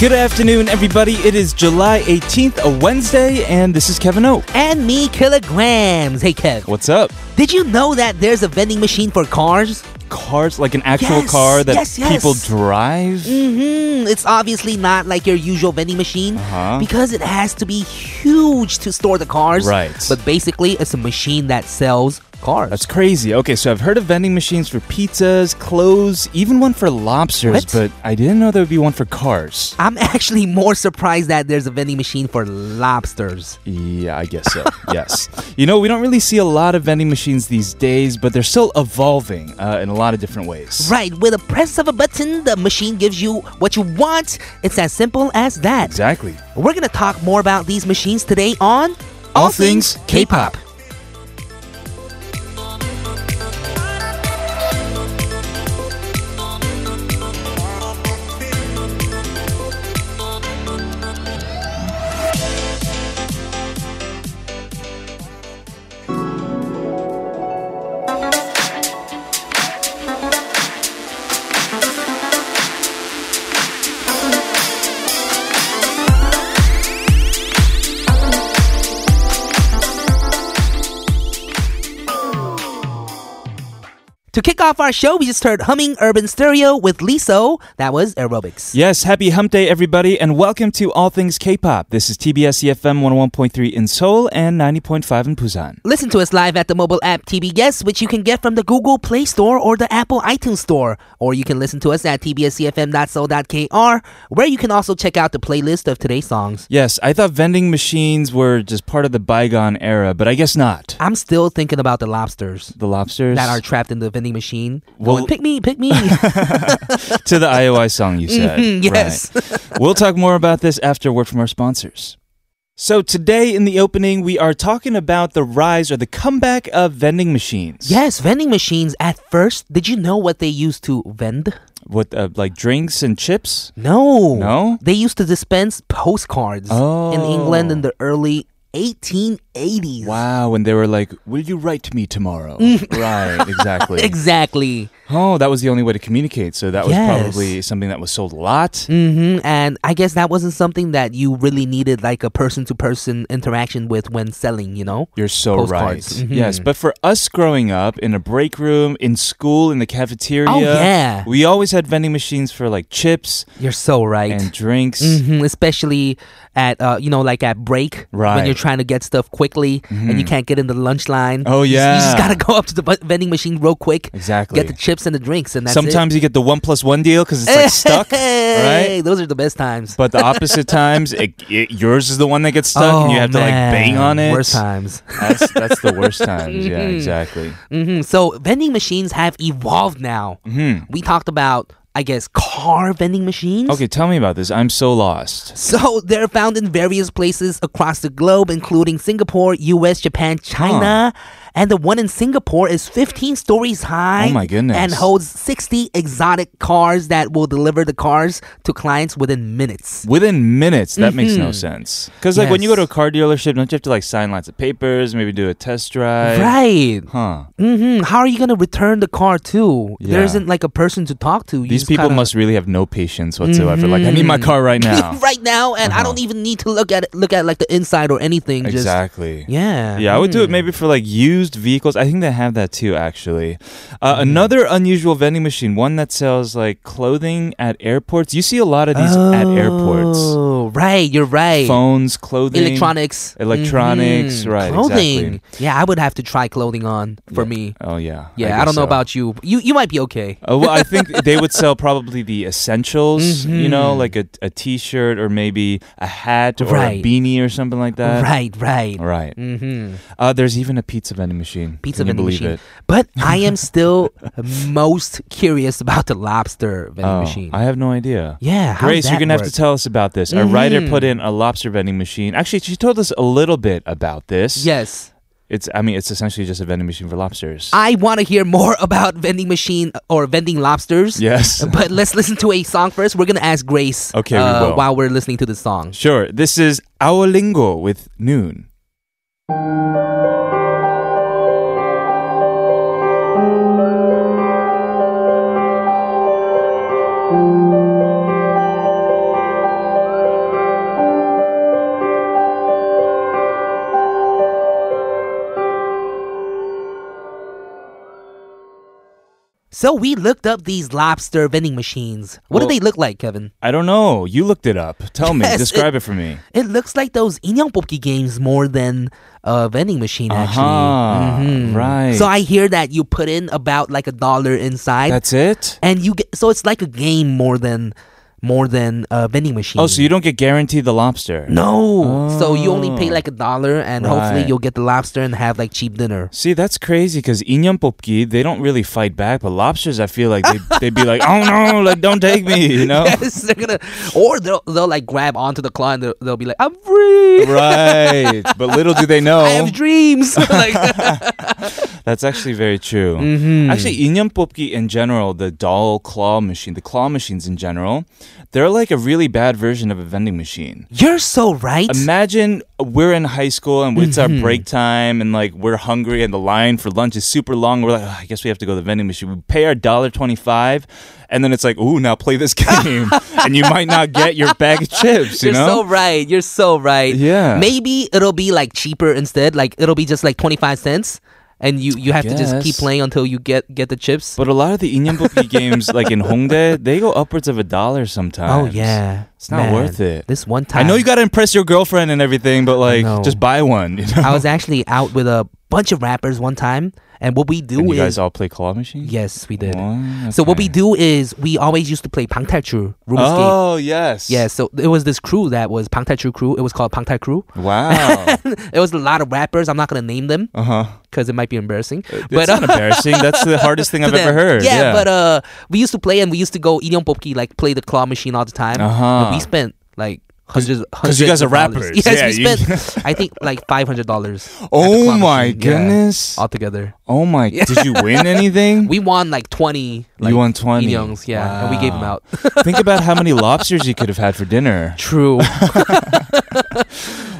Good afternoon, everybody. It is July 18th, a Wednesday, and this is Kevin Oak. And me, kilograms. Hey, Kev. What's up? Did you know that there's a vending machine for cars? Cars, like an actual Yes, car that yes, yes. people drive? Mm, it's obviously not like your usual vending machine Uh-huh. because it has to be huge to store the cars. Right. But basically, it's a machine that sells cars. That's crazy. Okay, so I've heard of vending machines for pizzas, clothes, even one for lobsters, What? but I didn't know there would be one for cars. I'm actually more surprised that there's a vending machine for lobsters. Yeah, I guess so. yes. You know, we don't really see a lot of vending machines these days, but they're still evolving uh, in a lot of different ways. Right, with a press of a button, the machine gives you what you want. It's as simple as that. Exactly. We're going to talk more about these machines today on All Things K-Pop. To kick off our show, we just heard Humming Urban Stereo with Liso. That was aerobics. Yes, happy hump day, everybody, and welcome to All Things K-Pop. This is TBS EFM 101.3 in Seoul and 90.5 in Busan. Listen to us live at the mobile app TBS, which you can get from the Google Play Store or the Apple iTunes Store. Or you can listen to us at tbscfm.so.kr, where you can also check out the playlist of today's songs. Yes, I thought vending machines were just part of the bygone era, but I guess not. I'm still thinking about the lobsters The lobsters that are trapped in the vending machine. Well- going, pick me, pick me. to the IOI song you said. Mhm, yes. Right. We'll talk more about this after a word from our sponsors. So today in the opening, we are talking about the rise or the comeback of vending machines. yes, vending machines. At first, did you know what they used to vend? With uh, like drinks and chips. No. No? They used to dispense postcards in Oh. England in the early 1880s. Wow, when they were like, "Will you write me tomorrow?" Mm. right, exactly. Exactly. Oh, that was the only way to communicate. So that was Yes. probably something that was sold a lot. hmm And I guess that wasn't something that you really needed like a person to person interaction with when selling, you know? You're so right. Postcards. Mhm. Yes, but for us growing up in a break room, in school, in the cafeteria, Oh, yeah. we always had vending machines for like chips You're so right. and drinks. hmm Especially at uh, you know, like at Right. break Mm-hmm. when you're trying to get stuff quickly and you can't get in the lunch line. Oh, You just- you just yeah. gotta go up to the bu- vending machine real quick. Exactly. Get the chips and the drinks, and that's it. Sometimes you get the one plus one deal because it's like stuck, Hey, right? Those are the best times. But the opposite times, it, it, yours is the one that gets stuck, and you Oh, have to like bang man. on it. Worst Mm-hmm. times. That's that's the worst times. Yeah, exactly. hmm So vending machines have evolved now. Mm-hmm. We talked about, I guess, car vending machines. Okay, tell me about this. I'm so lost. So they're found in various places across the globe, including Singapore, U.S., Japan, China. And the one in Singapore is 15 stories high. Oh my goodness. And holds 60 exotic cars that will deliver the cars to clients within minutes. Within minutes, that makes no sense. Because like when you go Mm-hmm. to Yes. a car dealership, don't you have to like sign lots of papers, maybe do a test drive? Right. Huh. hmm How are you gonna return the car too? Yeah. There isn't like a person to talk to. You These just people kinda- Mm-hmm. must really have no patience whatsoever. Like, I need my car right now. right now, and I don't Uh-huh. even need to look at it, look at like the inside or anything. exactly. Just yeah, Mm. Yeah, I would do it maybe for like used vehicles. I think they have that too, actually. Uh, Mm-hmm. Another unusual vending machine, one that sells like clothing at airports. You see a lot of these at airports. Oh, right. You're right. Phones, clothing, Electronics, Electronics, Mhm. right, Clothing. exactly. Yeah, I would have to try clothing on for me. Oh yeah. Yeah, I, guess don't know so. about you. You you might be okay. Uh, well, I think they would sell probably the essentials, you Mm-hmm. know, like a, a t shirt or maybe a hat or a Right. beanie or something like that. right, right. Right. Mm-hmm. Uh, there's even a pizza vending machine. Pizza Can you vending believe It? machine. But I am still most curious about the lobster vending Oh, machine. I have no idea. yeah, how Grace, does you're that gonna have work? Mm-hmm. to tell us about this. A writer put in a lobster vending machine. Actually, she told us a little bit about this. Yes. It's. I mean, it's essentially just a vending machine for lobsters. I want to hear more about vending machine or vending lobsters. yes. But let's listen to a song first. We're gonna ask Grace. Okay, we uh, will. While we're listening to the song. sure. This is Aolingo with Noon. So we looked up these lobster vending machines. What Well- do they look like, Kevin? I don't know. You looked it up. Tell me. Yes, Describe it, for me. It looks like those 인형 뽑기 games more than a vending machine, actually. Aha, Mhm. right. So I hear that you put in about like a dollar inside, That's it. and you get so it's like a game more than more than a vending machine. Oh, so you don't get guaranteed the lobster. no. So you only pay Oh. like a dollar, and Right. hopefully you'll get the lobster and have like cheap dinner. See, that's crazy because popki they don't really fight back, but lobsters, I feel like they, they'd be like, oh no, like, don't take me, you know? Yes, they're gonna, or they'll they'll like grab onto the claw and they'll, they'll be like, "I'm free. right. But little do they I know. have dreams." like, That's actually very true. Mm-hmm. Actually, popki in general, the doll claw machine, the claw machines in general, they're like a really bad version of a vending machine. you're so right. Imagine we're in high school and it's our Mm-hmm. break time and like we're hungry and the line for lunch is super long. We're like, "Ugh, I guess we have to go to the vending machine. We pay our dollar twenty five, and then it's like, ooh, now play this game, and you might not get your bag of chips. You You're know? so right. You're so right. Yeah. Maybe it'll be like cheaper instead. Like it'll be just like twenty five cents, and you you have to just keep guess. playing until you get get the chips. but a lot of the Inyambuki games, like in Hongdae, they go upwards of a dollar oh sometimes. yeah, It's not Man, worth it. This one I time, know you got to impress your girlfriend and everything, but like, know. just buy one. You know? I was actually out with a bunch of rappers one time, and what we do and is you guys all play claw machine. yes, we did. Wow, So what we Oh, okay. do is we always used to play 방탈출 room escape. Oh yes. Yeah, so it was this crew that was 방탈출 crew. It was called 방탈 crew. Wow. It was a lot of rappers. I'm not gonna name them uh huh. because it might be embarrassing. That's but uh, not embarrassing. That's the hardest thing to I've ever them. heard. Yeah, but uh, we used to play and we used to go Idiom Popki, like play the claw machine all the time. Uh-huh. And we spent like hundreds. Because you guys are rappers. Yes, Yeah, we you- spent I think like five hundred dollars. oh my goodness! altogether, Oh my! Did you win anything? we won like twenty. Like, you won twenty. Idiom's, yeah, and we gave them Wow. out. Think about how many lobsters you could have had for dinner. True.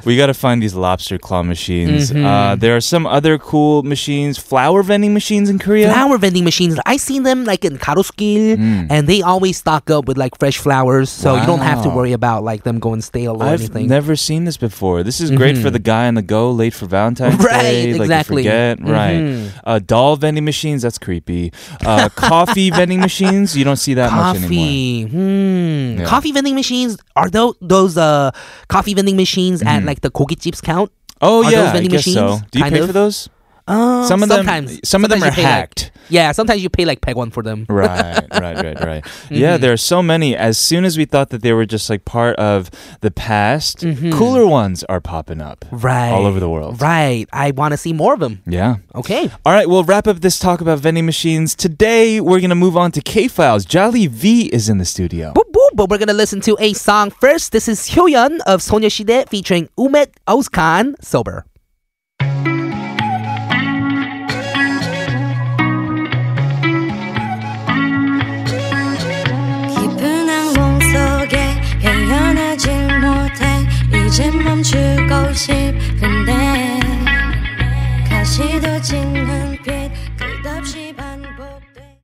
We got to find these lobster claw machines. Mm-hmm. Uh, there are some other cool machines, flower vending machines in Korea. Flower vending machines. I seen them like in Karuskil, Mm. and they always stock up with like fresh flowers, so you don't have to Wow. worry about like them going stale or I've anything. Mm-hmm. never seen this before. This is great for the guy on the go late for Valentine's Right, Day. like you exactly. Mm-hmm. forget. Right. Uh, doll vending machines. That's creepy. Uh, coffee vending machines. You don't see that much anymore. coffee. Hmm. Yeah. Coffee vending machines are those those uh coffee vending machines Mm. at like the kogi chips count? Oh Are yeah, those vending I guess machines? so. Do you Kind pay of. for those? Um, Some of sometimes, them. Some of them are sometimes you pay, like- hacked. yeah, sometimes you pay like peg one for them. right, right, right, right. Mm-hmm. Yeah, there are so many. As soon as we thought that they were just like part of the past, cooler ones are popping up Mm-hmm. Right. all over the world. Right. I want to see more of them. Yeah. Okay. All right, we'll wrap up this talk about vending machines. Today, we're going to move on to K Files. Jolly V is in the studio. Boop, boop. But we're going to listen to a song first. This is Hyoyeon of Sonyashide featuring Umet Ozkan, Sober. 깊은 항공 속에 헤어나질 못해 이젠 멈추고 싶은데 가시도 짙은 빛 끝없이 반복돼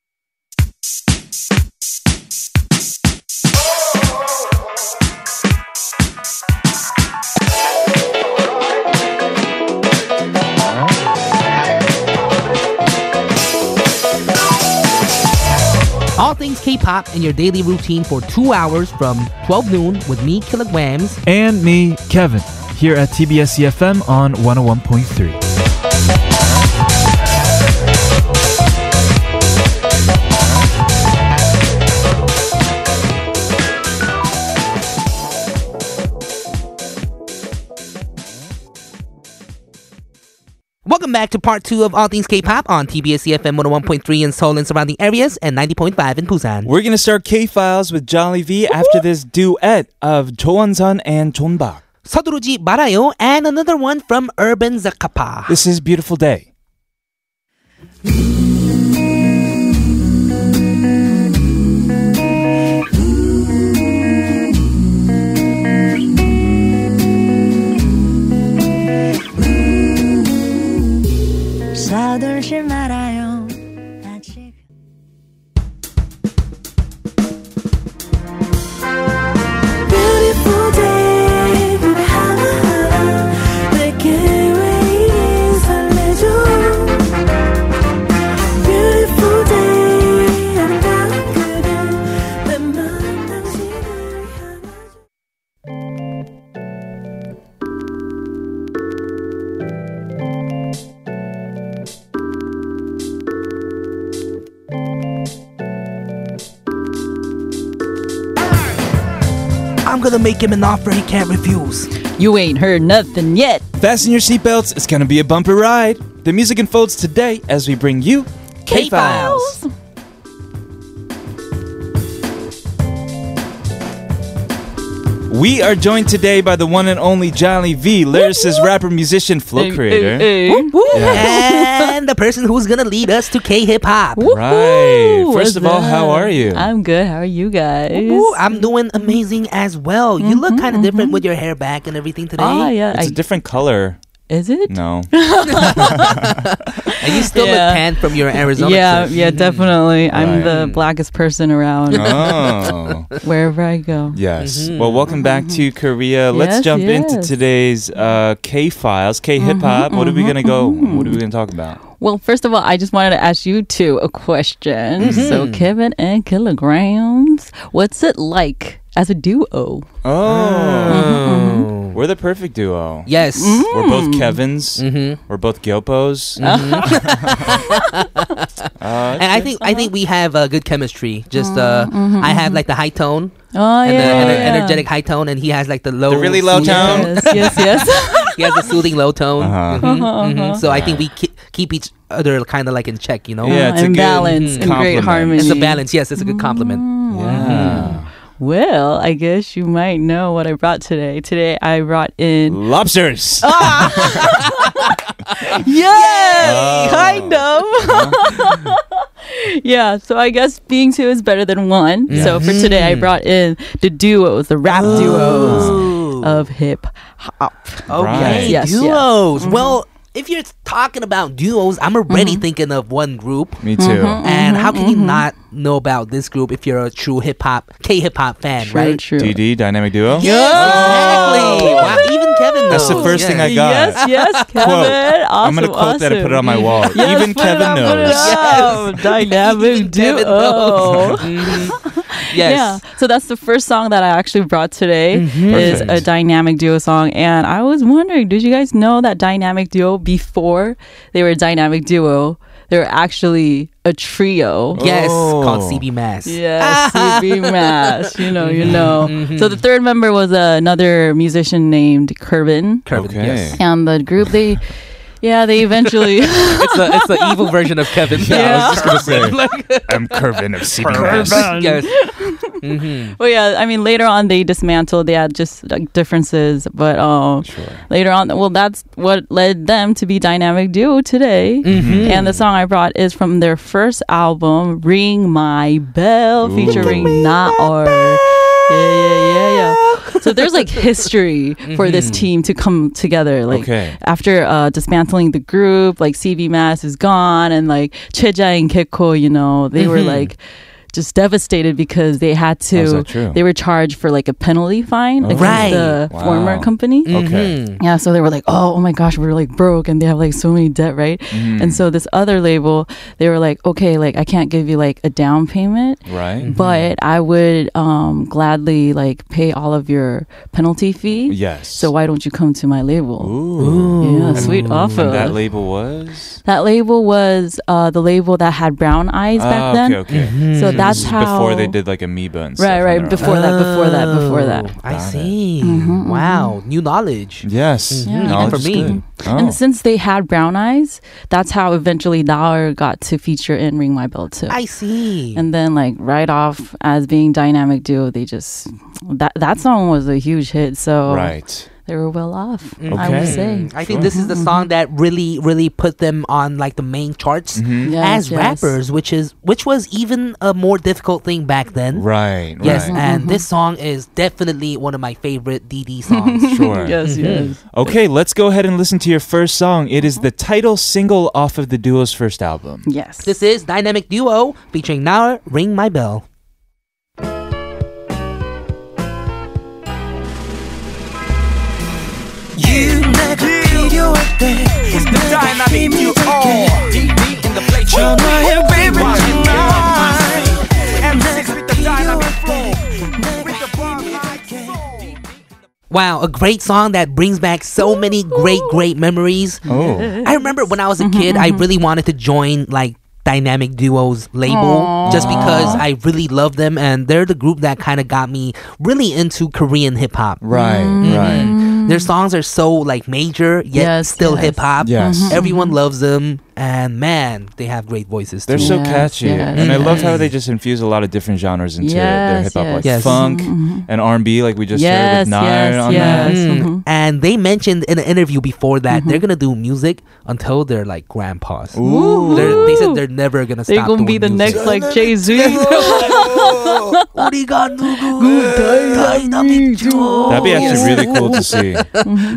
All things K-pop in your daily routine for two hours from 12 noon with me, Kilograms. and me, Kevin, here at TBS EFM on 101.3. Welcome back to part two of All Things K-pop on TBS EFM 101.3 in Seoul and surrounding areas and 90.5 in Busan. We're going to start K Files with Jolly V after this duet of Choan Sun and Chon Bak. 서두르지 말아요 and another one from Urban Zakapa. This is Beautiful Day. 서둘지 말아요 그 아직 Beautiful day 맘에 하나하나 내게 왜 이 설레죠 Beautiful day I'm gonna make him an offer he can't refuse. You ain't heard nothing yet. Fasten your seatbelts, it's gonna be a bumper ride. The music unfolds today as we bring you K-Files. We are joined today by the one and only Jolly V, lyricist, rapper, musician, flow creator. and the person who's gonna lead us to K hip hop. Right. Woo-hoo. First of all, What's how up? are you? I'm good. How are you guys? Ooh, I'm doing amazing as well. You look kind of different with your hair back and everything today. Ah, Mm-hmm, yeah. It's a I- different color. is it? No. And you still Yeah. look tan from your Arizona yeah, trip. yeah, definitely. I'm Right. the blackest person around Oh. wherever I go. Yes. Well, welcome back to Korea. Let's Mm-hmm. Yes, jump into yes. Mm-hmm, today's uh, K files, K hip hop. What are we gonna go? What are we gonna talk about? Well, first of all, I just wanted to ask you two a question. Mm-hmm. So, Kevin and Kilograms, what's it like as a duo? Oh, Oh. we're the perfect duo. Yes. Mm-hmm. We're both Kevin's. We're both Gyopos. uh, And I think I think we have uh, good chemistry. Just uh, I have like the high tone Mm, mm-hmm, Oh, and yeah. the yeah, ener- yeah. energetic high tone, and he has like the low, The really low tone? soothing Yes, yes, yes. He has the soothing low tone. Uh-huh. Mhm, mhm. So I think we ke- keep each other kind of like in check. You know, Yeah, it's a in good balance, in great compliment. harmony. it's a balance. Yes, it's a good Mm. compliment. yeah. Well, I guess you might know what I brought today. Today I brought in Lobsters. Ah. Yes, Oh. kind of. Oh. yeah, so I guess being two is better than one. So for today I brought in the duos, the rap duos of hip hop. Oh, Okay, Right. Yes, Mm-hmm. yes. duos. Well, if you're talking about duos, I'm already Mm-hmm. thinking of one group. Me too. And how can you not know about this group if you're a true hip hop, K hip hop fan, True, right? true. DD dynamic duo. Yes, exactly. Wow, even Kevin. That's the knows. first thing I got. Yes, yes, Kevin. Quote. Awesome, I'm gonna quote that and put it on my wall. Yes, Even put it Kevin up, put it knows. up. Dynamic Even duo. Kevin knows. Mhm. yes. Yeah. So that's the first song that I actually brought today is a Mm-hmm. Perfect. dynamic duo song. And I was wondering, did you guys know that dynamic duo before they were a dynamic duo, they were actually a trio. Yes. Oh. Called CB Mass. Yes, CB Mash. You know, Mm-hmm. you know. So the third member was uh, another musician named Kerbin. Kevin, Okay. yes. And the group, they, yeah, they eventually. It's the it's the evil version of Kevin. I Yeah. was just gonna say, I'm Curvin of CBS. yes. Well, yeah, I mean, later on they dismantled. They had just like differences, but um, later on, well, that's what led them to be Dynamic Duo today. And the song I brought is from their first album, "Ring My Bell," featuring Naor. Yeah, yeah, yeah, yeah. So there's like history for this team to come together. Like Okay. after uh, dismantling the group, like CV Mass is gone, and like Cheja and Keko, you know, they were like just devastated because they had How is to. that true? They were charged for like a penalty fine against Right. the Wow. former company. Okay. Yeah, so they were like, oh, oh my gosh, we're like broke and they have like so many debt, right? Mm. And so this other label, they were like, okay, like I can't give you like a down payment, Right. but I would um, gladly like pay all of your penalty fee. Yes. So why don't you come to my label? Ooh. Yeah, sweet offer. And that label was That label was uh, the label that had brown eyes Ah, back then. okay, okay. Mm-hmm. So that's This is how before they did like Amoeba and stuff. Right, on right. their own. Before that, before that, before that. Oh, I Got it. see. Wow, new knowledge. Yes. Yeah. Knowledge For is me. good. Oh. And since they had brown eyes, that's how eventually Daur got to feature in Ring My Bell too. I see. and then like right off as being dynamic duo, they just that that song was a huge hit. So Right. they were well off, Mm, I would Okay. say. Mm, Mm-hmm. I think this is the song that really, really put them on like the main charts Mm-hmm. Yes, as yes. rappers, which is which was even a more difficult thing back then. Right. Yes, Right. Mm-hmm. and this song is definitely one of my favorite DD songs. Sure. Yes, yes. Okay, let's go ahead and listen to your first song. It is the title single off of the duo's first album. Yes. this is Dynamic Duo featuring Now Ring My Bell. dynamic you are. 전화해 baby tonight. M6 with the dynamic flow. With the bomb like soul. Wow, a great song that brings back so many great, great memories. Oh. Mm-hmm, I remember when I was a kid, I really wanted to join like Dynamic Duos label just because I really love them and they're the group that kind of got me really into Korean hip hop. Right, Mm-hmm. right. Their songs are so like major yet Mm. Yes, still yes. Mm-hmm, hip hop. Yes. Mhm. Everyone loves them and man, they have great voices They're too. so Yes, catchy, yes, and I love how yes. they just infuse a lot of different genres into their Yes, hip hop, like yes. funk Mhm. and R and B, like we just yes, shared with Nair yes, on yes. Mm-hmm. that. Mm. Mhm. And they mentioned in an interview before that they're gonna do music until they're like grandpas. Ooh, They're, they said they're never gonna They're stop. gonna be doing the music. next like Jay Z. What do you got, Dynamic duo. that'd be actually really cool to see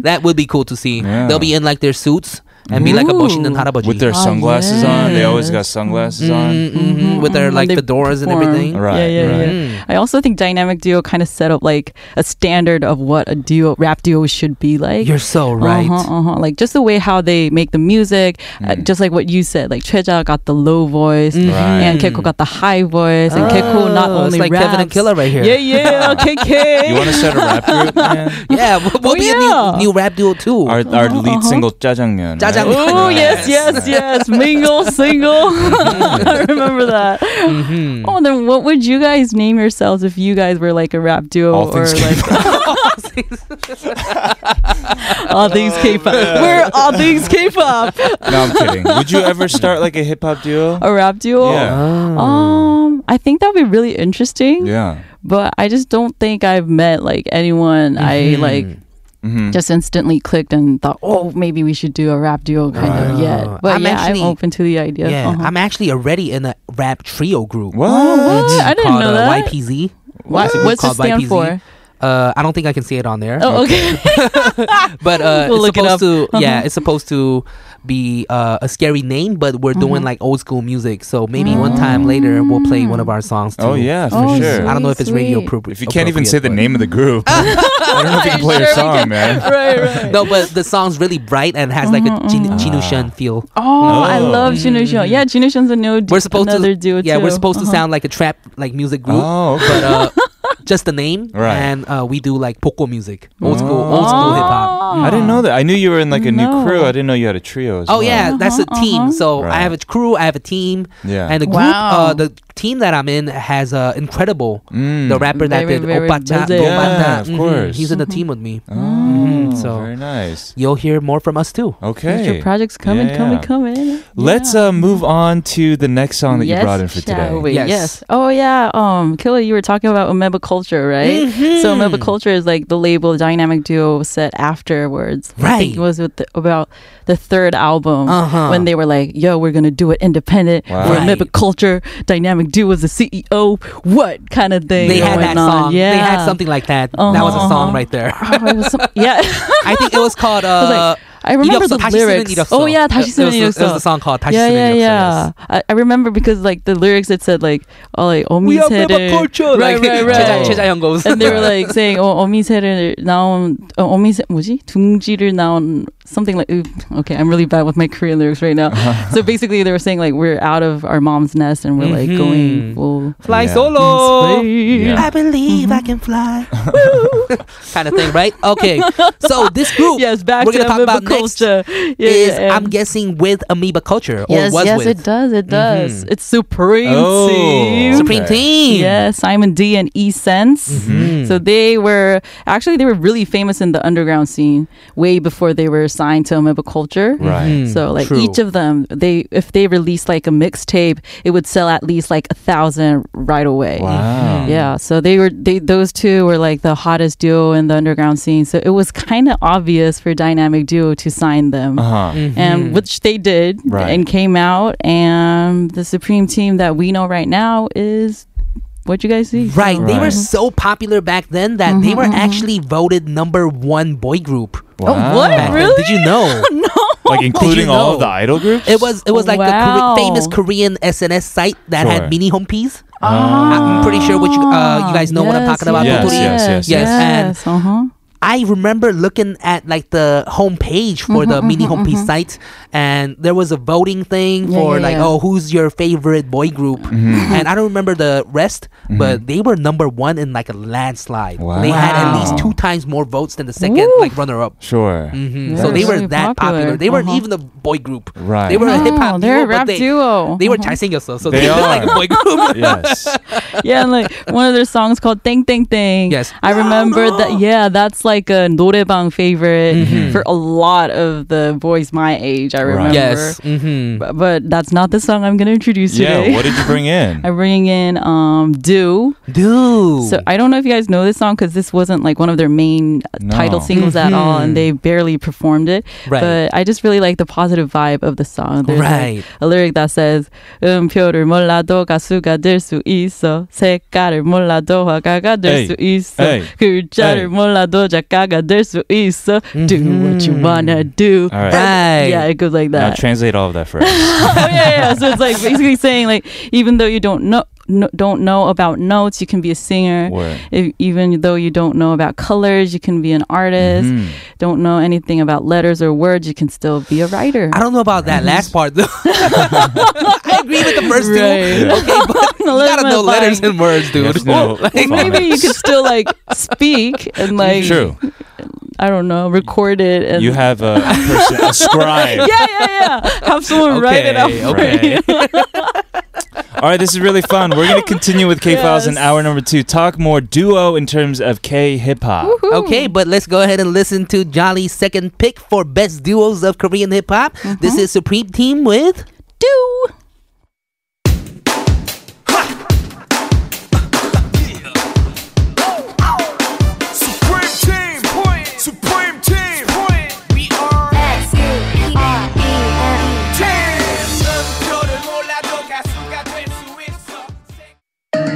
That would be cool to see. Yeah. They'll be in like their suits and be like a Ooh. Boshin and Harabaji. with their Oh, sunglasses on. They always got yes. sunglasses Mhm, on. mhm, with their Mhm. like They fedoras and perform. everything. Right, yeah, yeah, right. yeah. I also think Dynamic Duo kind of set up like a standard of what a duo rap duo should be like. You're so right. Mm. Uh-huh, uh-huh. Like just the way how they make the music, uh, just like what you said. Like Cheja got the low voice, Right. and Keko got the high voice, and Keko not Mm-hmm. Oh, it's only like raps. Kevin and Killa right here. Yeah, yeah, KK. You want to start a rap group? man? Yeah, we'll, we'll Oh, be a yeah. new, new rap duo too. Our our lead single, Jajangmyeon. right? Jajangmyeon. Oh Uh-huh, yes, yes, yes. Mingle, single. I Mm-hmm. remember that. Oh, then what would you guys name yourselves if you guys were like a rap duo All or things like all things Oh, K-pop? We're all things K-pop. No, I'm kidding. Would you ever start like a hip hop duo? A rap duo. Yeah. Um, I think that'd be really interesting. Yeah. But I just don't think I've met like anyone I Mm-hmm. like hmm just instantly clicked and thought, oh, maybe we should do a rap duo kind of Wow. yet. But Uh, I'm yeah, actually- I'm open to the idea. yeah, Uh-huh. I'm actually already in a rap trio group. What? what? I didn't called, know uh, that. YPZ. Why- It's what's it called stand YPZ. for? Uh, I don't think I can say it on there. Oh, okay. but uh, We'll it's look it Uh-huh. supposed to yeah, it's supposed to be uh, a scary name, but we're doing Mm-hmm. like old school music. So maybe one time later we'll play one of our songs. Too. Oh yeah, for Ah. sure. Oh, sweet. I don't know if it's radio appropri- appropriate. If you can't even say the but- name of the group, I don't know if you can play your Sure we song, can. man. right, right. No, but the song's really bright and has like Uh-huh, a Jin, Ah. Jinu Shen feel. Oh, I Oh. love Junusho. Yeah, Junusho's a new Mm-hmm. We're supposed another to duo yeah, we're too. Uh-huh. supposed to sound like a trap like music group, Oh, okay. but uh, just the name Right. Ah. and uh, we do like poco music, old school, old school hip hop. Oh. I didn't know that. I knew you were in like a new No. crew. I didn't know you had a trio. As well. Oh yeah, that's Uh-huh, a team. So I Right. have a crew, I have a team, Yeah. and the group. Uh, Wow. the team that I'm in has uh, incredible Mm. the rapper that Very, did very Opacha. Opacha. busy. Yeah, of Mhm. course. He's in the team with me. Oh, Mm-hmm, so- very nice. You'll hear more from us too. Okay. Future projects coming, Yeah, coming, yeah. coming. Let's uh, move on to the next song that yes, you brought in for shall today. we? Yes. Yes. Oh yeah. Um, Killa, you were talking about Ameba Culture, right? Mm-hmm. So Ameba Culture is like the label Dynamic Duo set afterwards. I think Right. it was with the, about the third album Uh-huh. when they were like, "Yo, we're gonna do it independent. Wow. We're Right. Ameba Culture. Dynamic Duo is the CEO. E What kind of thing?" They had that going on. song. Yeah. They had something like that. That was a Uh-huh. song right there. Oh, it was some- yeah. I think it was called. Uh, I was like, I remember the lyrics. Oh yeah, Tashi It was the song called Tashi yeah, yeah, yeah. I, I remember because like the lyrics, it said like, "Oh, like We are Omi's member culture. right, like, Choi right, Jae- right." Choi Jae-young goes. and they were like saying, "Oh, Omi's head을 나온, 어, Omi's 뭐지? 둥지를 나온 something like." oop, Okay, I'm really bad with my Korean lyrics right now. so basically, they were saying like, "We're out of our mom's nest and we're like Mhm. going full." fly Yeah. solo. Yeah. I believe I can fly. kind of thing, right? Okay. So this group Yes, back we're gonna to talk Amoeba about next culture. Yeah, is, yeah, I'm and- guessing, with Amoeba Culture or yes, was yes, with it does, it does. Mm-hmm. It's supreme. Oh. team. Supreme Okay. Team. Yeah, Simon D and E Sense. Mm-hmm. So they were actually they were really famous in the underground scene way before they were signed to Amoeba Culture. Right. So like true. each of them, they if they released like a mixtape, it would sell at least like a thousand right away. Wow. Yeah, so they were they those two were like the hottest duo in the underground scene. So it was kind of obvious for Dynamic Duo to sign them Uh-huh. and which they did Right. and came out and the supreme team that we know right now is what you guys see Right. They were Right. so popular back then that they were Mm-hmm. actually voted number one boy group. Wow. Oh, what? back then. Really? Did you know? Like including all of know? the idol groups? It was it was like Wow. the Kore- famous Korean SNS site that had Sure. mini home piece. Ah, uh-huh. I'm pretty sure what you uh, you guys know what I'm Yes, talking about. yes, Totally. yes, yes, yes. yes, uh-huh. I remember looking at like the homepage for the Mm-hmm, mini homepage site, and there was a voting thing Yeah, for yeah, like, yeah. oh, who's your favorite boy group? Mm-hmm. And I don't remember the rest, but they were number one in like a landslide. Wow. They had at least Wow. two times more votes than the second Woo. like runner up. Sure. Mhm. Yeah, so they it's were really that popular. popular. They weren't Uh-huh. even a boy group. Right. They were a No, hip hop duo. they're a but rap they, duo. They were Uh-huh. Chai Singers, so they, They look are. like a boy group. Yes. yeah, and like one of their songs called "Ting Ting Ting." Yes. I remember that. Yeah, that's like a 노래방 favorite for a lot of the boys my age. I remember. Mm-hmm. Right. yes. Mm-hmm. but, but that's not the song I'm gonna introduce yeah. today. What did you bring in? I'm bringing in um "Do." Dude. So I don't know if you guys know this song because this wasn't like one of their main uh, No. title singles at all, and they barely performed it. Right. But I just really like the positive vibe of the song. There's Right. like a lyric that says "Um, 음표를 몰라도 가수가 될 수 있어 색깔을 몰라도 화가가 Hey. 될수 있어 Hey. Hey. 글자를 Mm-hmm. 몰라도 작가가 될 수 있어 Do what you wanna do. All right. right. Yeah, it goes like Now that. translate all of that for us. oh yeah, yeah. So it's like basically saying like even though you don't know no, don't know about notes, you can be a singer. Word. If, even though you don't know about colors, you can be an artist. Mm-hmm. Mm-hmm. Don't know anything about letters or words, you can still be a writer. I don't know about that last part though. I agree with the first Right. two. Okay, but you gotta Let know me letters find. and words, dude. Yes, no, Well, maybe you could still like speak and like True. I don't know, record it and You have a person, a scribe. yeah, yeah, yeah. Have someone write it out Okay, for okay. you. All right, this is really fun. We're going to continue with K Files in Yes. hour number two. Talk more duo in terms of K hip hop. Okay, but let's go ahead and listen to Jolly's second pick for best duos of Korean hip hop. Mm-hmm. This is Supreme Team with Do. Supreme team. Supreme team. We are team. 음표를 몰라도 가수가 될 수 있어.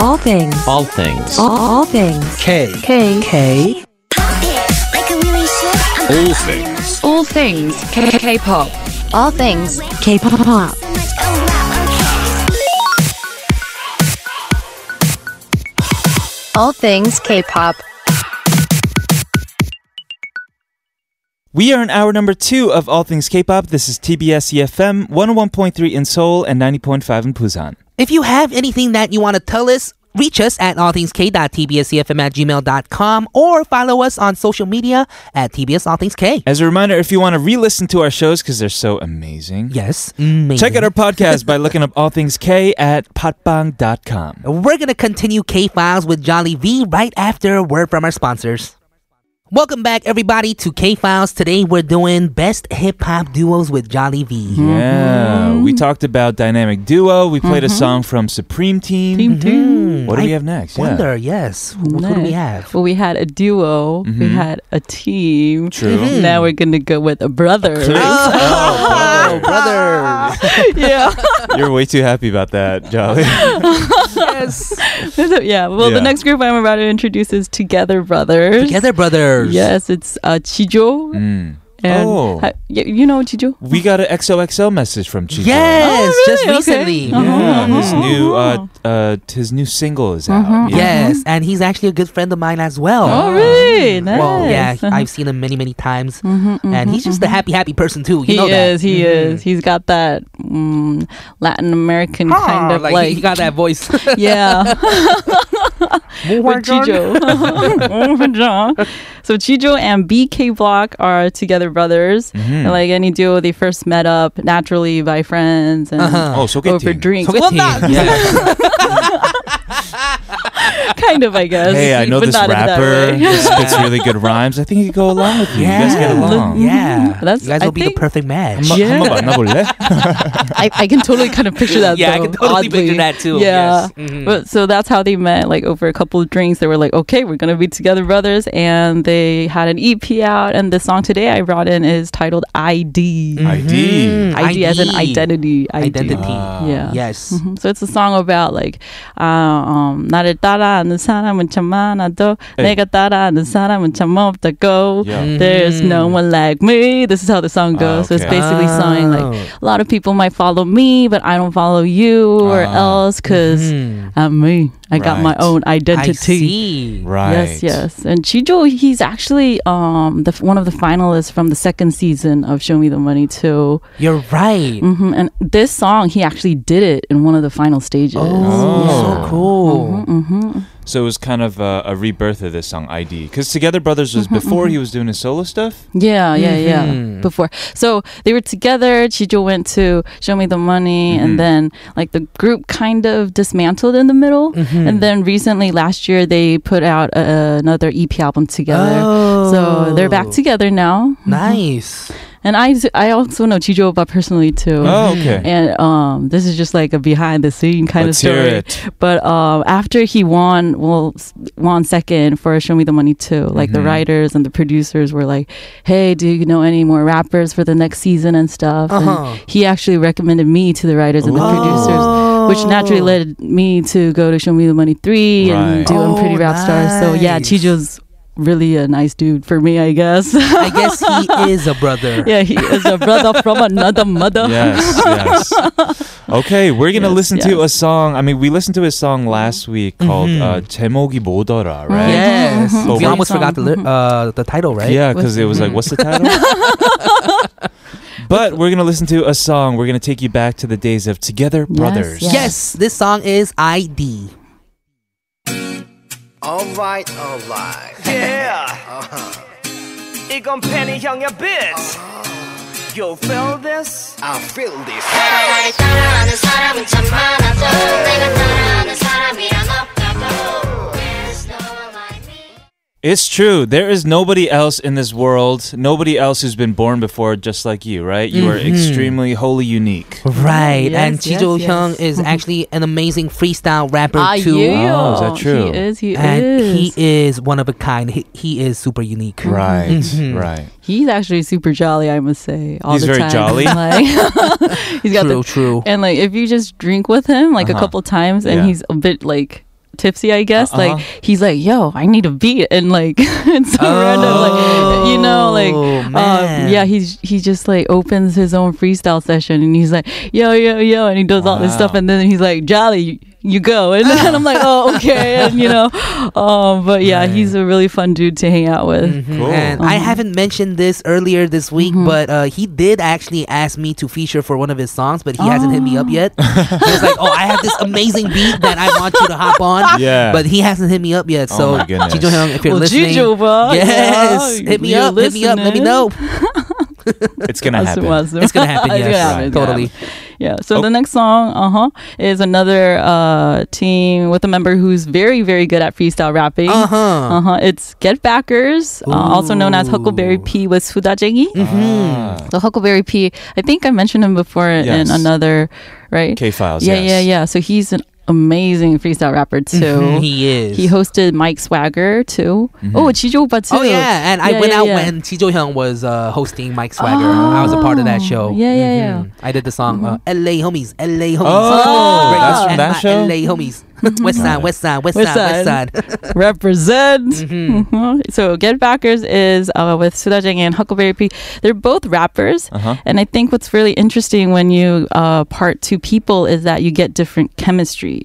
All things. All things. All, all things. K. K. K. All things. All things. K. K. Pop. All things. K. Pop. All things K. Pop. We are in hour number two of All Things K pop. This is TBS EFM 101.3 in Seoul and 90.5 in Busan. If you have anything that you want to tell us, reach us at allthingsk.tbscfm at gmail.com or follow us on social media at TBS All Things K. As a reminder, if you want to re listen to our shows because they're so amazing, Yes. Mm, check out our podcast by looking up All Things K at potbang.com. We're going to continue K Files with Jolly V right after a word from our sponsors. Welcome back, everybody, to K Files. Today we're doing best hip hop duos with Jolly V. Yeah, we talked about Dynamic Duo. We played a song from Supreme Team. Team two. Hmm, What do Mm-hmm. I we have next? Yeah. Wonder, yes. Who, who Mm-hmm. do we have? Mm-hmm. Well, we had a duo, we had a team. True. Hmm. Mhm. Now we're gonna go with a brother. Oh, Mm-hmm. brother. yeah. brother. You're way too happy about that, Jolly. So, yeah. Well, Yeah. the next group I'm about to introduce is Together Brothers. Together, brothers. Yes, it's uh, Chijo. Mm. And Oh. Ha- y- you know Chijo? We got an XOXO message from Chico. Yes, Oh, just really? recently. Okay. Uh-huh. Yeah, his Uh-huh. new uh, uh, his new single is out. Yeah. Yes, and he's actually a good friend of mine as well. Oh, really? Nice. Mm-hmm, Well, Ah. yeah, I've seen him many, many times, and he's just a happy, happy person too. You he know that. Mm-hmm. is. He is. He's got that mm, Latin American Ah, kind of like, like. he got that voice. yeah. with Chijo. Overdrawn. so Chijo and BK Block are together brothers. And like any duo, they first met up naturally by friends and Oh, so good. over drinks. So well, good not Yeah. kind of, I guess. hey, I know but this not in that rapper. way. He spits really good rhymes. I think he'd go along with you. You guys get Yeah. along. yeah, Mm-hmm. That's- you guys I will be the think- perfect match. 한번- Yeah. 한번 만나볼래? I, I can totally kind of picture that. Yeah, I though, can totally oddly. picture that too, Yeah, yes. Mhm. but so that's how they met. Like over a couple of drinks, they were like, "Okay, we're gonna be together, brothers," and they They had an EP out, and the song today I brought in is titled ID. ID. Mm, ID as an identity. ID. Identity. yeah. Yes. Mhm. So it's a song about like uh, um, 나를 따라하는 사람은 참 많아도 Hey. 내가 따라하는 사람은 참 없다고. Yeah. There's no one like me. This is how the song Ah, goes. So it's okay. basically saying Oh. like a lot of people might follow me, but I don't follow you or Ah. else because Mm. I'm me. I got my Right. own I identity. see. Right. Mm-hmm. Yes, yes. And Chijo, he's actually um, the, one of the finalists from the second season of Show Me the Money too. You're right. hmm And this song, he actually did it in one of the final stages. Oh, so cool. Mm-hmm. So it was kind of a, a rebirth of this song, ID. Because Together Brothers was Mm-hmm, before he was doing his solo stuff. Yeah, yeah, Mm-hmm. yeah. Before. So they were together. Chijo went to Show Me the Money. Mm-hmm. And then, like, the group kind of dismantled in the middle. Mm-hmm. And then recently, last year, they put out a, another EP album together. So they're back Oh. together now. Nice. And I, I also know Chijo Oba personally, too. Oh, okay. And um, this is just like a behind the scene kind Let's of story. hear it. But um, after he won, well, s- won second for Show Me the Money too. Like Mm-hmm. the writers and the producers were like, "Hey, do you know any more rappers for the next season and stuff?" Uh-huh. And he actually recommended me to the writers and the Ooh. producers. Which Oh. naturally led me to go to Show Me the Money 3 Right. and do Oh, Pretty Rap Stars. So, yeah, nice. Chijo's really a nice dude for me, I guess. I guess he is a brother. yeah, he is a brother from another mother. yes, yes. Okay, we're gonna Yes, listen to a yes. song. I mean, we listened to his song last week called Mm-hmm. uh, "제목이 뭐더라," right? Yes. But We we're- almost forgot the li- uh, the title, right? Yeah, because it was like, what's the title? but we're gonna listen to a song. We're gonna take you back to the days of Together Brothers. yes. Yes, this song is ID. Alright, alright. Yeah. Uh-huh. 이건 팬이 형의 beats. You feel this? I Uh-huh. feel this. 나를 따라하는 사람은 참 많아도 내가 따라하는 사람이란 없다고 There's no one like me It's true. There is nobody else in this world, nobody else who's been born before just like you, right? You are extremely wholly unique. Right, Yes, and yes, Chijo yes. Hyung is actually an amazing freestyle rapper Ah, too. yeah. Oh, is that true? He is. He And is. he is one of a kind. He, he is super unique. Right, right. He's actually super jolly, I must say. All He's the very time. jolly? Like, he's got True, the true. and like if you just drink with him like Uh-huh. a couple times and Yeah. he's a bit like tipsy, I guess. Uh-huh. Like he's like, "Yo, I need a beat," and like it's so random, like you know, like Oh, man. um, yeah, he's he just like opens his own freestyle session and he's like, "Yo, yo, yo," and he does all this stuff, Wow. and then he's like, "Jolly." You go, and then I'm like, oh, okay, and you know, um, but yeah, he's a really fun dude to hang out with. Cool. And Mm-hmm. I haven't mentioned this earlier this week, but uh, he did actually ask me to feature for one of his songs, but he hasn't hit me Oh. up yet. he was like, "Oh, I have this amazing beat that I want you to hop on." Yeah. but he hasn't hit me up yet. Oh So, my goodness. Chijo Hyung, if you're Well, listening, Chijo, bro, yes, yeah, hit me you're up, hit me up, let me listening. know. it's gonna Awesome, happen. awesome. It's gonna happen. It's yes, gonna happen, it's gonna totally. happen. Yeah. So Oh. the next song, uh huh, is another uh team with a member who's very, very good at freestyle rapping. Uh huh. Uh huh. It's Get Backers, uh, also known as Huckleberry Ooh. Mm-hmm. P with Sudajengi. Ah, So Huckleberry P, I think I mentioned him before Yes. in another, right? K Files. yeah, yes. yeah, yeah. So he's an amazing freestyle rapper too. Mm-hmm. He is. He hosted Mike Swagger too. Oh, Chijo Opa too. Oh yeah, and I Yeah, went yeah, out yeah. when Chi Jo Hyung was uh, hosting Mike Swagger. I was a part of that show. Oh, Yeah, yeah, yeah. Mm-hmm. Mhm. I did the song uh, "L.A. Homies, L.A. Homies." Oh, Great. that's from And that my show? L.A. Homies, West Side, West Side, West West Side, West Side. represent. Mhm. So Get Backers is uh, with Sudajang and Huckleberry P. They're both rappers, Uh-huh. and I think what's really interesting when you uh, part two people is that you get different chemistry.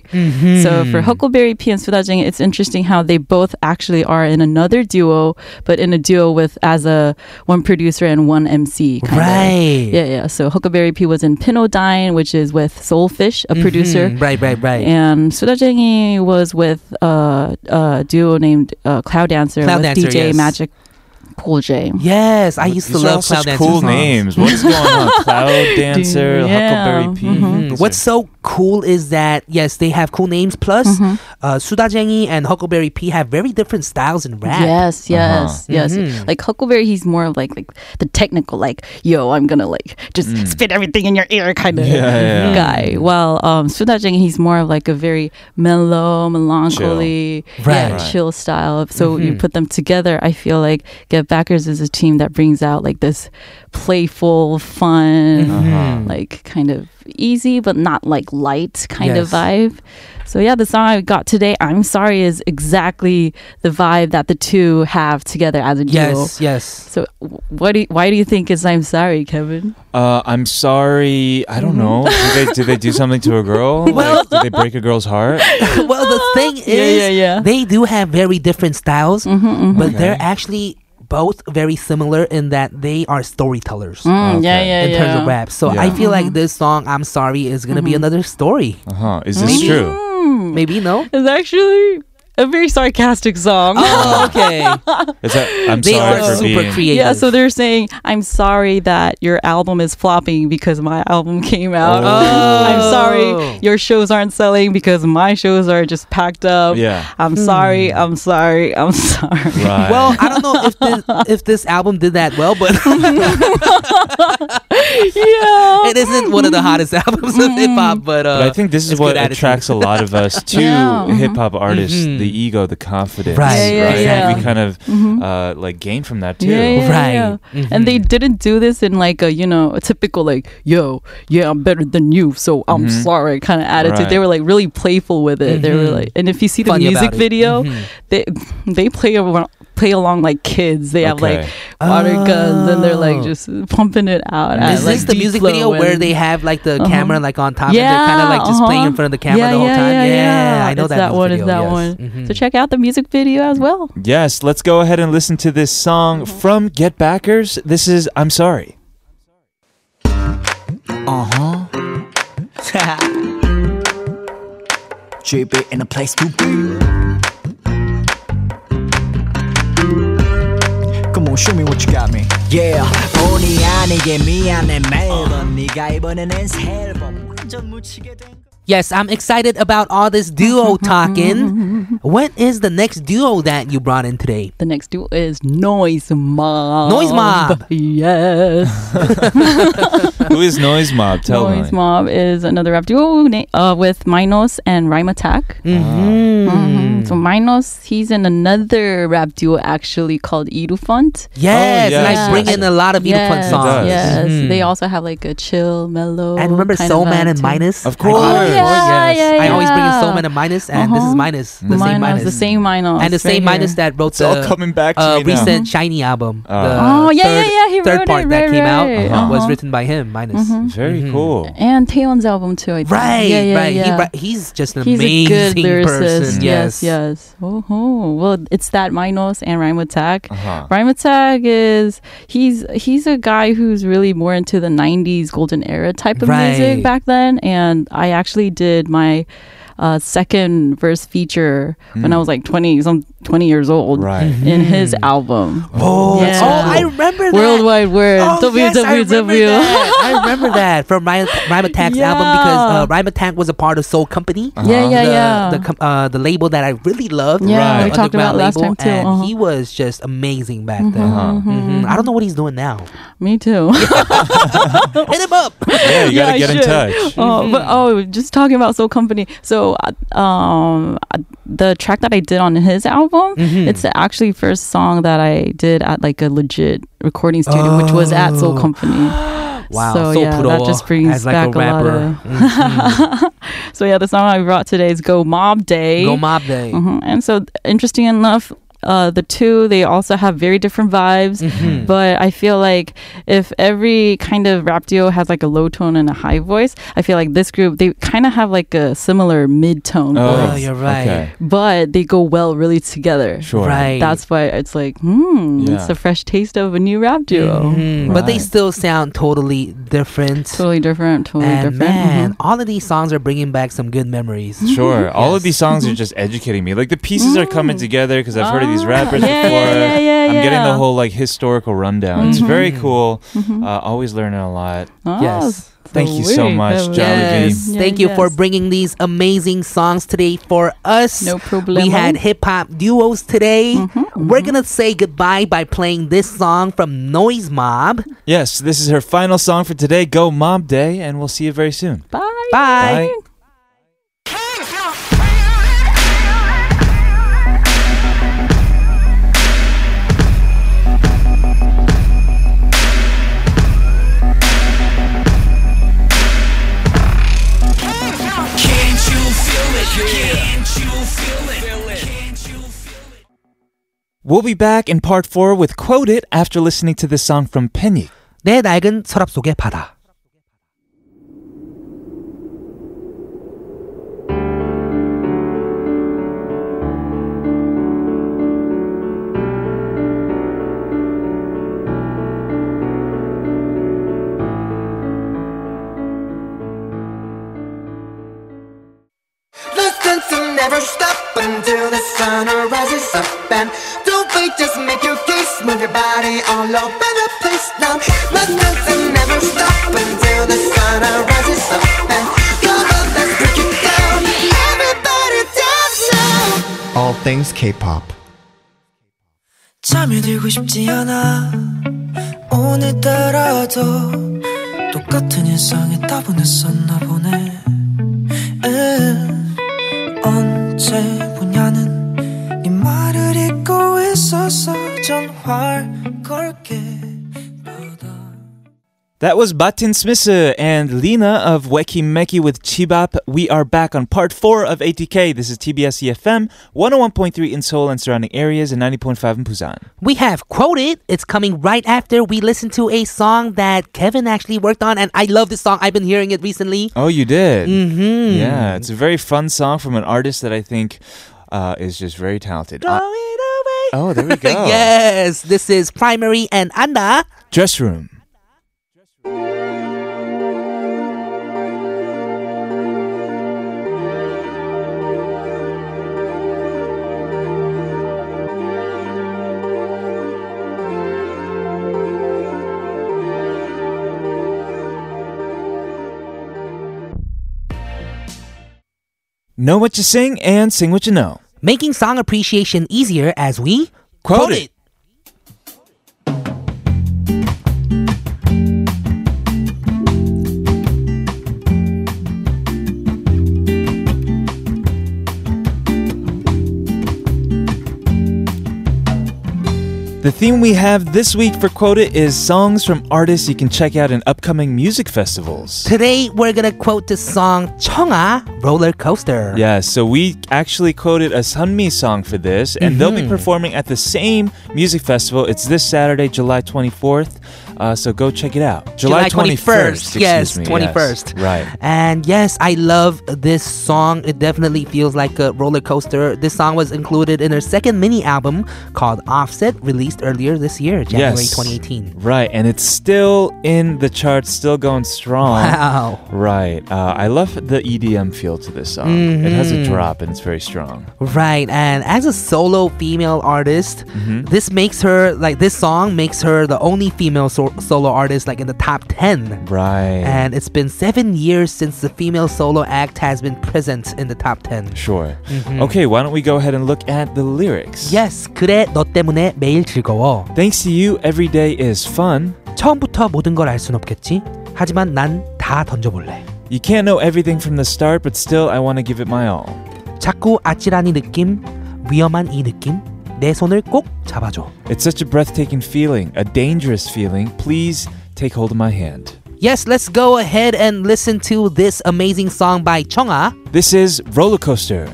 So for Huckleberry P and Sudajang, it's interesting how they both actually are in another duo, but in a duo with as a one producer and one MC. kind of. right. Yeah, yeah. So Huckleberry P was in Pinodine, which is with Soulfish, a producer. Mhm. Right, right, right. And Sudajengi was with uh, a duo named uh, Cloud Dancer Cloud with Dancer, yes. DJ Magic Cool J. Yes, I used to These are all love Cloud such Dancer cool songs. Mm, names. What's going on? Cloud Dancer, Yeah. Huckleberry Pie. Mhm. These What's are- so cool is that yes, they have cool names. Plus, Mm-hmm. uh, Sudajengi and Huckleberry P have very different styles in rap. Yes, yes, Uh-huh. yes. Mhm. Like Huckleberry, he's more of like like the technical, like yo, I'm gonna like just spit everything in your ear kind of Mm. yeah, Mm-hmm. yeah. guy. While um, Sudajeng, he's more of like a very mellow, melancholy, Right. Mm-hmm. yeah, Right. chill style. So you put them together, I feel like Get Backers is a team that brings out like this playful, fun, Mm-hmm. like kind of easy but not like light kind of Yes. vibe. So yeah, the song I got today, I'm sorry, is exactly the vibe that the two have together as a duo. Yes, yes. So w- what do you, why do you think is I'm sorry, Kevin? Uh, I'm sorry. I don't know. Mm. Did they, did they do something to a girl? Like, did they break a girl's heart? well, the thing is, Yeah, yeah, yeah. Mm-hmm, they do have very different styles, but Okay. they're actually both very similar in that they are storytellers. uh, Mm, Yeah, Okay. yeah, In yeah. Mm-hmm. terms of rap, so Yeah. I feel like this song "I'm Sorry" is gonna be another story. Uh huh. Is this Maybe. true? Mm. Maybe no. It's actually a very sarcastic song. Oh, okay. Is that I'm they sorry are for super being. creative. Yeah, so they're saying, I'm sorry that your album is flopping because my album came out. Oh. I'm sorry your shows aren't selling because my shows are just packed up. Yeah. I'm sorry, I'm sorry, I'm sorry. Right. well, I don't know if this, if this album did that well, but yeah. it isn't one of the Mm-hmm. hottest albums of hip hop, but, uh, But I think this is it's what good attitude. attracts a lot of us to Yeah, mhm. hip hop artists: Mhm. the ego, the confidence. Right. Yeah, Mm-hmm. yeah, yeah. We kind of uh, like gain from that too. Yeah, yeah, Right. Mm-hmm. yeah. And they didn't do this in like a you know a typical like yo yeah I'm better than you so I'm Mm-hmm. sorry kind of attitude. Right. They were like really playful with it. They were Mhm. like, and if you see the Funny about music it. video, Mhm. they they play around, play along like kids. They have like Okay. water guns and they're like Oh. just pumping it out. at, Is like, this the deep music flow video where and- they have like the Uh-huh. camera like on top and they're kind of like just playing in uh-huh. front of the camera yeah, the whole yeah, time? Yeah, yeah. I know It's that, that music one. Is video, that yes. one? Mhm. So check out the music video as well. Yes, let's go ahead and listen to this song from Get Backers. This is I'm Sorry. Drip it in a place to be. Come on, show me what you got me. Yeah, 본의 아니게 미안해 매번 네가 이번에 낸 새 앨범 완전 묻히게 된 거. Yes, I'm excited about all this duo talking. what is the next duo that you brought in today? The next duo is Noise Mob. Noise Mob. Yes. Who is Noise Mob? Tell Noise me. Mob is another rap duo na- uh, with Minos and Rhyme Attack. Hmm. Mhm. So Minos, he's in another rap duo actually called Irufont. Yes, Oh, and I yes. bring in a lot of beautiful yes, songs. Yes. Mhm. They also have like a chill, mellow. And remember kind Soul of Man vibe and too. Minus? Of I always- course. Yeah, yeah, Oh, I always bring in yeah. Soul Man and Minus, and this is Uh-huh. Minus. The Minos, same Minus. the same Minos. and the right same Minus here. that wrote It's all the coming back to uh, me now. recent Shiny album. Uh. the Mm-hmm. Oh, yeah, third, yeah, yeah, he third wrote part it, that right, came out right. was Uh-huh. written by him. Minus. Very Mm-hmm. cool. And Taeyeon's album too. I think. Right, Yeah, yeah, right. He yeah. wri- he's just an He's a good amazing lyricist. person. Yes, yes. Oh, oh. well, it's that Minos and Rhyme Attack. Uh-huh. Rhyme Attack is he's he's a guy who's really more into the '90s golden era type of Right. music back then, and I actually did my. Uh, second verse feature when I was like 20 some 20 years old Right. in his album Oh, Yeah. oh, I remember that. Worldwide Word Oh, yes, I remember WWW that. I remember that from Rhyme, Rhyme Attack's album Yeah. because uh, Rhyme Attack was a part of Soul Company. Uh-huh. Yeah, yeah, the, yeah. The, com- uh, the label that I really loved. Yeah, Right. we talked Underground about it last label, time too. And Uh-huh. Mm-hmm, he was just amazing back then. Uh-huh. Mhm. I don't know what he's doing now. Me too. Hit him up. Yeah, you Yeah, gotta I get in should. touch. oh, Mm-hmm. but oh, just talking about Soul Company. So, uh, um, uh, the track that I did on his album, Mm-hmm. it's the actually first song that I did at like a legit recording studio, which was at Soul Company. Oh. wow, So, so yeah, pro that just brings as like back a a lot rapper. of- So yeah, the song I brought today is "Go Mob Day." Go Mob Day. Mhm. And so, interesting enough, uh, the two they also have very different vibes. Mm. Mm-hmm. But I feel like if every kind of rap duo has like a low tone and a high voice, I feel like this group they kind of have like a similar mid tone, Oh, Oh, you're right. Okay. but they go well really together. Sure. Right. That's why it's like, hmm, Yeah. it's a fresh taste of a new rap duo. Mhm. But they Right. still sound totally different. Mm-hmm. Totally different. Totally and different. man, Mhm. all of these songs are bringing back some good memories. Mm-hmm. Sure. All of these songs are just educating me. Like the pieces are coming together because I've heard of these rappers Mm. Oh. Yeah, before. yeah, yeah, yeah, I'm getting the yeah. Mm-hmm. whole like historical rundown. It's very cool. Uh, always learning a lot. Oh, Yes. Thank you so very much, clever. Jollibee. Yes. Thank you for Yes. bringing these amazing songs today for us. No We problemo. had hip hop duos today. Mm-hmm. We're gonna say goodbye by playing this song from Noise Mob. Yes, this is her final song for today. Go Mom Day, and we'll see you very soon. Bye. Bye. Bye. We'll be back in part four with Quote It after listening to this song from Penny. 내 낡은 서랍 속의 바다. Listen to never stop until the sun rises up and don't wait, just make your case, move your body all over the place now. Listen to never stop until the sun rises up and come on, let's break it down. Everybody dance now. All things K-pop. 잠이 들고 싶지 않아 오늘따라도 똑같은 일상에 따분했었나 보네 에, 언제 보냐는 네 말을 잊고 있었어 전화를 걸게 받아 That was Batin Smisse and Lena of Weki Meki with Chibap. We are back on part four of ATK. This is TBS EFM, 101.3 in Seoul and surrounding areas, and 90.5 in Busan. We have quoted. It's coming right after we listen to a song that Kevin actually worked on, and I love this song. I've been hearing it recently. Oh, you did? Mm-hmm. Yeah, it's a very fun song from an artist that I think uh, is just very talented. Uh, oh, there we go. yes, this is Primary and Anda. Dress Room. Know what you sing and sing what you know. making song appreciation easier as we Quote it. The theme we have this week for Quota is songs from artists you can check out in upcoming music festivals. Today we're gonna quote the song Chonga Roller Coaster. Yeah, so we actually quoted a Sunmi song for this, and they'll Mm-hmm. be performing at the same music festival. It's this Saturday, July 24th. Uh, so go check it out. July 21st, excuse Yes, me, yes. 21st. Right. And yes, I love this song. It definitely feels like a roller coaster. This song was included in her second mini album called Offset, released earlier this year, January Yes. 2018. Right, and it's still in the charts, still going strong. Wow. Right. Uh, I love the EDM feel to this song. It has Mm-hmm. a drop and it's very strong. Right, and as a solo female artist, this makes her like this song makes her the only female so- solo artist like in the top 10. Right. And it's been seven years since the female solo act has been present in the top 10. sure. Mm-hmm. Okay, why don't we go ahead and look at the lyrics? Yes, 그래 너 때문에 매일 즐거워. Thanks to you, every day is fun. 처음부터 모든 걸 알 순 없겠지. 하지만 난 다 던져볼래. You can't know everything from the start, but still, I want to give it my all. 자꾸 아찔한 이 느낌, 위험한 이 느낌, 내 손을 꼭 잡아줘. It's such a breathtaking feeling, a dangerous feeling. Please take hold of my hand. Yes, let's go ahead and listen to this amazing song by 청아. This is Roller Coaster.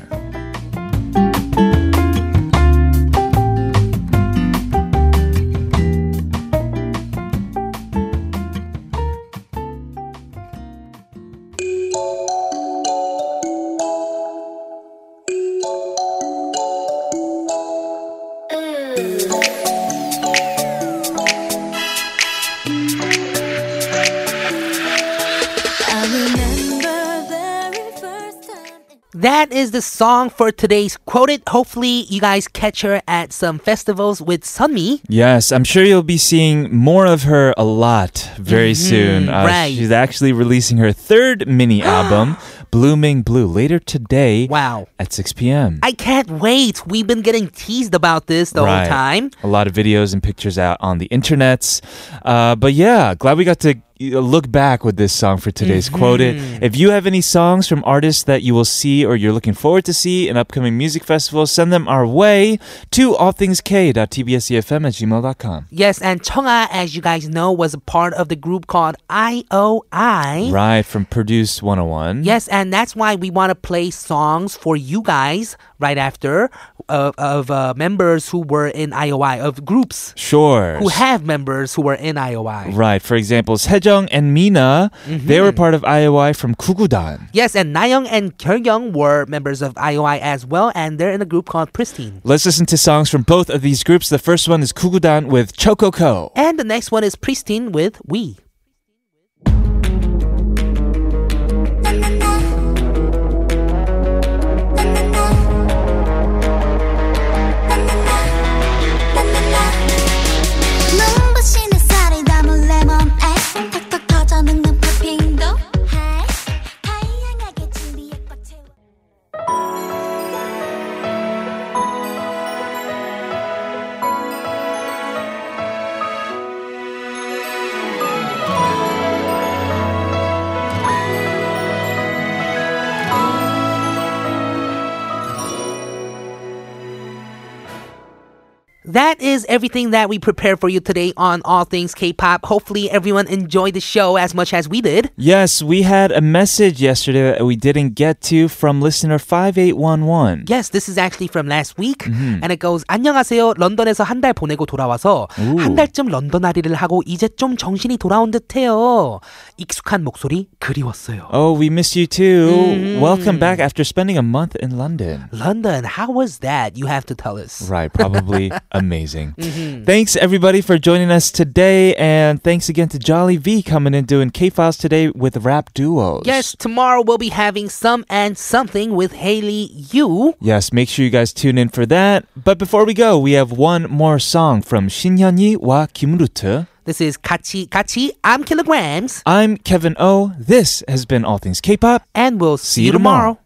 That is the song for today's quoted. Hopefully, you guys catch her at some festivals with Sunmi. Yes, I'm sure you'll be seeing more of her a lot very soon. Uh, Mm-hmm. right. She's actually releasing her third mini album, Blooming Blue, later today Wow. at 6 p.m. I can't wait. We've been getting teased about this the Right. whole time. A lot of videos and pictures out on the internets. Uh, but yeah, glad we got to uh, look back with this song for today's Mm-hmm. quoted. If you have any songs from artists that you will see or you're looking forward to see in upcoming music festivals, send them our way to allthingsk.tbsefm E at gmail.com. Yes, and Chonga, as you guys know, was a part of the group called IOI. Right, from Produce 101. Yes, and that's why we want to play songs for you guys right after of, of uh, members who were in IOI, of groups Sure. who have members who were in IOI. Right. For example, Sejong and Mina, Mm-hmm. they were part of IOI from Kugudan. Yes, and Nayoung and Kyungyoung were members of IOI as well, and they're in a group called Pristine. Let's listen to songs from both of these groups. The first one is Kugudan with Chococo. And the next one is Pristine with We. 눈부신 햇살이 담은 레몬에 탁탁 터져 눅눅 팝핑도 하이 다양하게 준비해 꽉 채워 That is everything that we prepared for you today on All Things K-pop. Hopefully, everyone enjoyed the show as much as we did. Yes, we had a message yesterday that we didn't get to from listener 5811. Yes, this is actually from last week, and it goes 안녕하세요. 런던에서 한 달 보내고 돌아와서 한 달쯤 런던 아리를 하고 이제 좀 정신이 돌아온 듯해요. 익숙한 목소리 그리웠어요. Oh, we miss you too. Welcome back after spending a month in London. London, how was that? You have to tell us. Right, probably amazing. Thanks everybody for joining us today, and thanks again to Jolly V coming in doing K Files today with rap duos. Yes, tomorrow we'll be having some and something with Haley Yu. Yes, make sure you guys tune in for that. But before we go, we have one more song from Shinhyunyi wa Kimrute. This is Kachi Kachi. I'm Kilograms, I'm Kevin O. This has been All Things K-pop. and we'll see, you tomorrow.